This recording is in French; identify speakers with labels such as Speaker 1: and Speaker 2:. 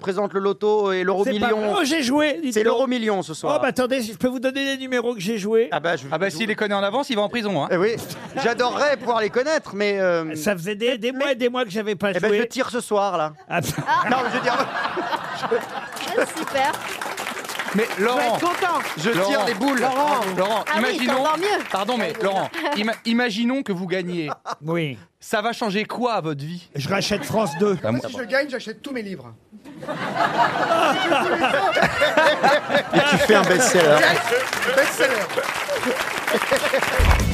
Speaker 1: présente le loto et l'euro
Speaker 2: C'est pas
Speaker 1: million.
Speaker 2: vrai. Oh, j'ai joué, dites
Speaker 1: C'est
Speaker 2: donc.
Speaker 1: l'euro million ce soir.
Speaker 2: Oh, bah attendez, je peux vous donner les numéros que j'ai joués.
Speaker 1: Ah bah, je...
Speaker 3: Ah bah s'il les connaît en avance, il va en prison. Hein.
Speaker 1: Eh oui, j'adorerais pouvoir les connaître, mais. euh,
Speaker 2: Ah, Ça faisait des, des mois et des mois que j'avais pas
Speaker 1: Eh ben, je
Speaker 2: joué.
Speaker 1: tire ce soir, là.
Speaker 2: Ah,
Speaker 1: Non, je veux dire,
Speaker 4: Ah, Super.
Speaker 3: Mais Laurent,
Speaker 4: content.
Speaker 1: je tire
Speaker 3: Laurent.
Speaker 1: les boules.
Speaker 3: Laurent,
Speaker 4: Ah oui, c'est
Speaker 3: imaginons.
Speaker 4: encore mieux.
Speaker 3: Pardon, mais Laurent, ima- imaginons que vous gagnez.
Speaker 2: oui.
Speaker 3: Ça va changer quoi à votre vie
Speaker 2: Je rachète France 2.
Speaker 5: Si je gagne, j'achète tous mes livres.
Speaker 1: Tu fais un best-seller.
Speaker 5: Best-seller.